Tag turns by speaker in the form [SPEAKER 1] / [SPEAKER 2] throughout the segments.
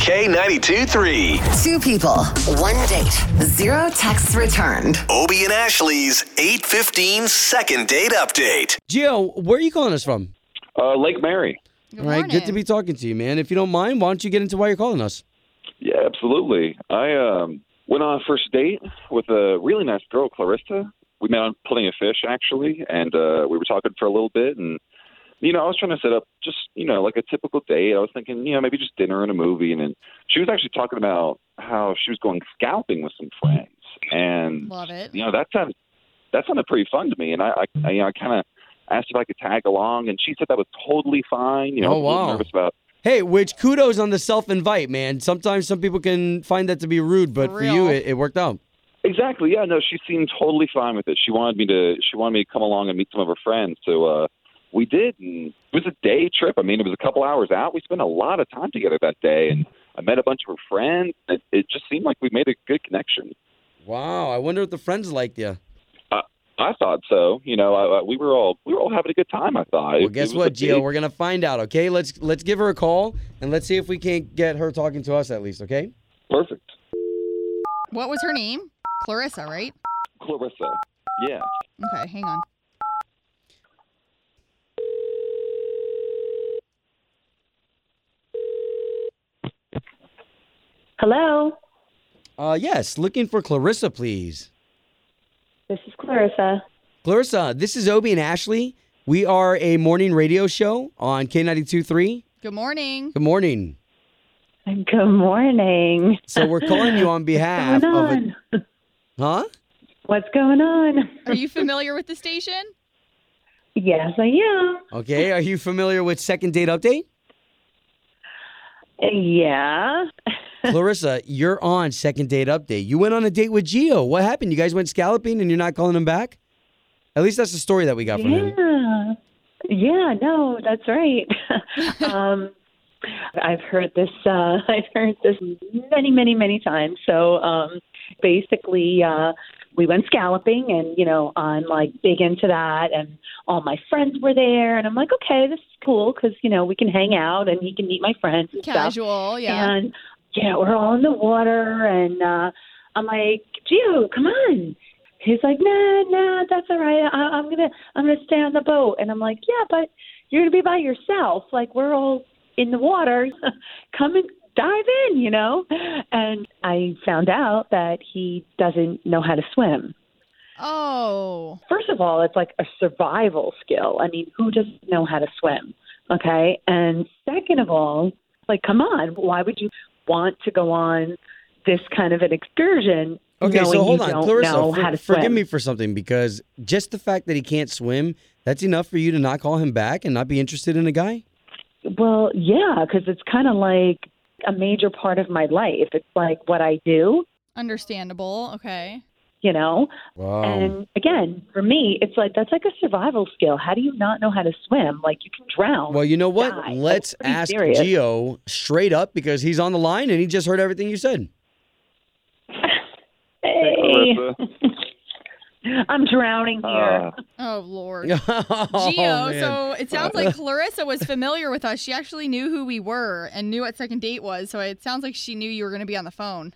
[SPEAKER 1] K92 3.
[SPEAKER 2] Two people, one date, zero texts returned.
[SPEAKER 1] Obie and Ashley's 815 second date update.
[SPEAKER 3] Gio, where are you calling us from?
[SPEAKER 4] Uh, Lake Mary.
[SPEAKER 5] Good
[SPEAKER 3] All right, good to
[SPEAKER 5] morning.
[SPEAKER 3] be talking to you, man. If you don't mind, why don't you get into why you're calling us?
[SPEAKER 4] Yeah, absolutely. I um, went on a first date with a really nice girl, Clarissa. We met on Plenty of Fish, actually, and uh, we were talking for a little bit. And, you know, I was trying to set up just, you know, like a typical date. I was thinking, you know, maybe just dinner and a movie. And then she was actually talking about how she was going scalping with some friends. And,
[SPEAKER 5] Love it.
[SPEAKER 4] you know, that sounded, that sounded pretty fun to me. And I, I, I, you know, I kind of asked if I could tag along. And she said that was totally fine. You
[SPEAKER 3] Oh,
[SPEAKER 4] know, I was a
[SPEAKER 3] wow.
[SPEAKER 4] little nervous about
[SPEAKER 3] Hey, which kudos on the self invite, man. Sometimes some people can find that to be rude, but for,
[SPEAKER 5] For
[SPEAKER 3] you,
[SPEAKER 5] real.
[SPEAKER 3] it, it worked out.
[SPEAKER 4] Exactly. Yeah. No, she seemed totally fine with it. She wanted me to. She wanted me to come along and meet some of her friends. So uh, we did, and it was a day trip. I mean, it was a couple hours out. We spent a lot of time together that day, and I met a bunch of her friends. It, it just seemed like we made a good connection.
[SPEAKER 3] Wow, I wonder if the friends liked you.
[SPEAKER 4] I thought so. You know, I, I, we were all we were all having a good time. I thought.
[SPEAKER 3] Well,
[SPEAKER 4] It-
[SPEAKER 3] guess
[SPEAKER 4] it was
[SPEAKER 3] what,
[SPEAKER 4] a
[SPEAKER 3] Gio?
[SPEAKER 4] big-
[SPEAKER 3] We're gonna find out. Okay, let's let's give her a call and let's see if we can't get her talking to us at least. Okay.
[SPEAKER 4] Perfect.
[SPEAKER 5] What was her name? Clarissa, right?
[SPEAKER 4] Clarissa. Yeah.
[SPEAKER 5] Okay, hang on.
[SPEAKER 6] Hello,
[SPEAKER 3] Uh, yes, looking for Clarissa, please.
[SPEAKER 6] this is Clarissa.
[SPEAKER 3] Clarissa, this is Obie and Ashley. We are a morning radio show on K92.3.
[SPEAKER 5] Good morning.
[SPEAKER 3] Good morning.
[SPEAKER 6] Good morning.
[SPEAKER 3] So we're calling you on behalf
[SPEAKER 6] What's going
[SPEAKER 3] of a,
[SPEAKER 6] on?
[SPEAKER 3] huh?
[SPEAKER 6] What's going on?
[SPEAKER 5] Are you familiar with the station?
[SPEAKER 6] Yes, I am.
[SPEAKER 3] Okay, are you familiar with second date update?
[SPEAKER 6] Yeah.
[SPEAKER 3] Clarissa, you're on second date update. You went on a date with Gio. What happened? You guys went scalloping and you're not calling him back? At least that's the story that we got from
[SPEAKER 6] Mm-hmm.
[SPEAKER 3] him.
[SPEAKER 6] Yeah. Yeah, no, that's right. um, I've heard this uh, I've heard this many, many, many times. So um, basically uh, we went scalloping and, you know, I'm like big into that and all my friends were there and I'm like, okay, this is cool because, you know, we can hang out and he can meet my friends and stuff.
[SPEAKER 5] Casual, Oh, yeah.
[SPEAKER 6] And yeah, we're all in the water, and uh, I'm like, Gio, come on. He's like, Nah, nah, that's all right. I, I'm gonna, I'm gonna stay on the boat. And I'm like, Yeah, but you're gonna be by yourself. Like we're all in the water. come and dive in, you know. And I found out that he doesn't know how to swim.
[SPEAKER 5] Oh,
[SPEAKER 6] First of all, it's like a survival skill. I mean, who doesn't know how to swim? Okay. And second of all, like, come on, why would you want to go on this kind of an excursion?
[SPEAKER 3] Okay,
[SPEAKER 6] knowing
[SPEAKER 3] so hold
[SPEAKER 6] you
[SPEAKER 3] on.
[SPEAKER 6] don't
[SPEAKER 3] Clarissa,
[SPEAKER 6] know
[SPEAKER 3] for-
[SPEAKER 6] how to
[SPEAKER 3] forgive
[SPEAKER 6] swim?
[SPEAKER 3] me for something because just the fact that he can't swim, that's enough for you to not call him back and not be interested in a guy?
[SPEAKER 6] Well, yeah, because it's kind of like a major part of my life. It's like what I do,
[SPEAKER 5] understandable. Okay.
[SPEAKER 6] you know.
[SPEAKER 3] Wow.
[SPEAKER 6] And again, for me, it's like that's like a survival skill. How do you not know how to swim? Like you can drown.
[SPEAKER 3] well, you know what?
[SPEAKER 6] die.
[SPEAKER 3] Let's
[SPEAKER 6] That's pretty
[SPEAKER 3] ask
[SPEAKER 6] serious.
[SPEAKER 3] Gio straight up because he's on the line and he just heard everything you said.
[SPEAKER 4] Hey,
[SPEAKER 6] Hey,
[SPEAKER 4] Clarissa.
[SPEAKER 6] I'm drowning
[SPEAKER 4] Uh,
[SPEAKER 6] here.
[SPEAKER 5] Oh, Lord.
[SPEAKER 3] Oh,
[SPEAKER 5] Geo,
[SPEAKER 3] man.
[SPEAKER 5] so it sounds like Clarissa was familiar with us. She actually knew who we were and knew what second date was. So it sounds like she knew you were going to be on the phone.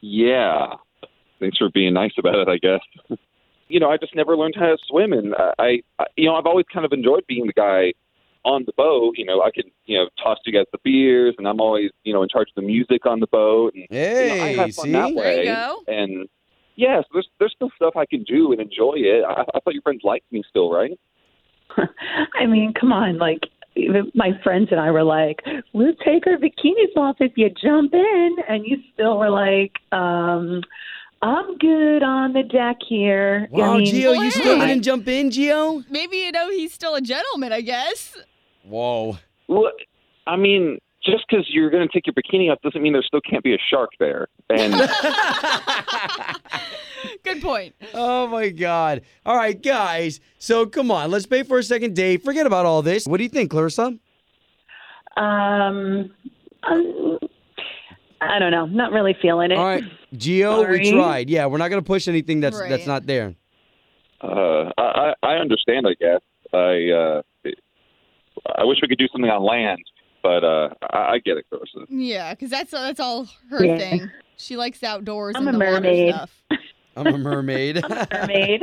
[SPEAKER 4] Yeah. Thanks for being nice about it, I guess. you know, I just never learned how to swim, and uh, I, I, you know, I've always kind of enjoyed being the guy on the boat. You know, I can, you know, toss you guys the beers, and I'm always, you know, in charge of the music on the boat, and you know, I
[SPEAKER 3] Hey,
[SPEAKER 4] have fun that
[SPEAKER 3] see?
[SPEAKER 5] There you
[SPEAKER 4] way.
[SPEAKER 5] go.
[SPEAKER 4] And yeah, so there's there's still stuff I can do and enjoy it. I, I thought your friends liked me still, right?
[SPEAKER 6] I mean, come on, like even my friends and I were like, we'll take our bikinis off if you jump in, and you still were like, um, I'm good on the deck here. I
[SPEAKER 3] Wow,
[SPEAKER 6] mean,
[SPEAKER 3] Gio, you
[SPEAKER 5] What?
[SPEAKER 3] still didn't jump in, Gio?
[SPEAKER 5] Maybe you know he's still a gentleman, I guess.
[SPEAKER 3] Whoa.
[SPEAKER 4] Well, I mean, just because you're going to take your bikini off doesn't mean there still can't be a shark there. And
[SPEAKER 5] Good point.
[SPEAKER 3] Oh my God. All right, guys. So come on, let's pay for a second date. Forget about all this. What do you think, Clarissa?
[SPEAKER 6] Um, um, I don't know, not really feeling it.
[SPEAKER 3] All right, Gio, we
[SPEAKER 6] Eh. Sorry.
[SPEAKER 3] tried. Yeah, we're not gonna push anything that's that's
[SPEAKER 5] Right.
[SPEAKER 3] not there.
[SPEAKER 4] Uh, I, I I understand. I guess I uh, I wish we could do something on land, but uh, I, I get it, Carissa.
[SPEAKER 5] Yeah, because that's that's all her
[SPEAKER 6] Yeah.
[SPEAKER 5] thing. She likes the outdoors
[SPEAKER 6] I'm
[SPEAKER 5] and
[SPEAKER 6] a
[SPEAKER 5] the water
[SPEAKER 6] mermaid.
[SPEAKER 5] stuff.
[SPEAKER 3] I'm a mermaid.
[SPEAKER 6] Mermaid.